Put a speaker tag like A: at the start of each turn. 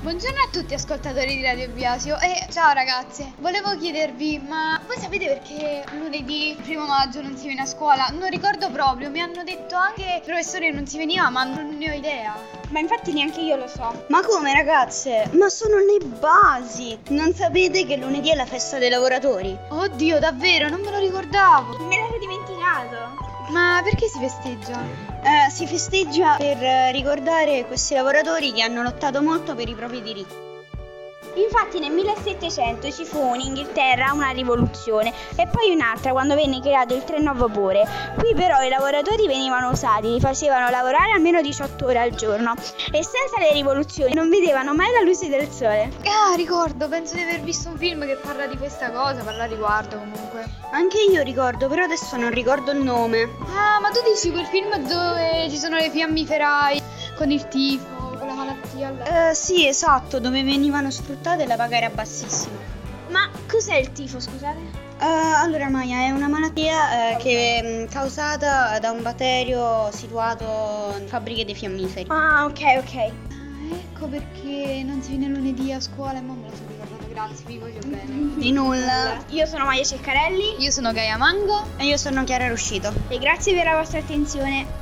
A: Buongiorno a tutti ascoltatori di Radio Biasio e ciao ragazze, volevo chiedervi ma voi sapete perché lunedì primo maggio non si viene a scuola? Non ricordo proprio, mi hanno detto anche professore non si veniva ma non ne ho idea.
B: Ma infatti neanche io lo so.
C: Ma come ragazze? Ma sono le basi! Non sapete che lunedì è la festa dei lavoratori?
A: Oddio davvero, non me lo ricordavo.
B: Me l'ero dimenticato.
A: Ma perché si festeggia?
C: Eh, si festeggia per eh, ricordare questi lavoratori che hanno lottato molto per i propri diritti.
B: Infatti nel 1700 ci fu in Inghilterra una rivoluzione e poi un'altra quando venne creato il treno a vapore. Qui però i lavoratori venivano usati, li facevano lavorare almeno 18 ore al giorno e senza le rivoluzioni non vedevano mai la luce del sole.
A: Ah ricordo, penso di aver visto un film che parla di questa cosa, parla di riguardo comunque.
C: Anche io ricordo, però adesso non ricordo il nome.
A: Ah ma tu dici quel film dove ci sono le fiammiferai con il tifo, con la malattia?
C: Eh, sì, esatto, dove venivano sfruttate e la paga era bassissima.
B: Ma cos'è il tifo, scusate?
C: Eh, allora Maya, è una malattia eh, che è mm, causata da un batterio situato in fabbriche dei fiammiferi.
B: Ah, ok, ok.
A: Ah, ecco perché non si viene lunedì a scuola e mo me lo sono ricordato, grazie, vi voglio bene.
C: Di nulla.
B: Io sono Maia Ceccarelli
A: Io sono Gaia Mango.
C: E io sono Chiara Ruscito.
B: e grazie per la vostra attenzione.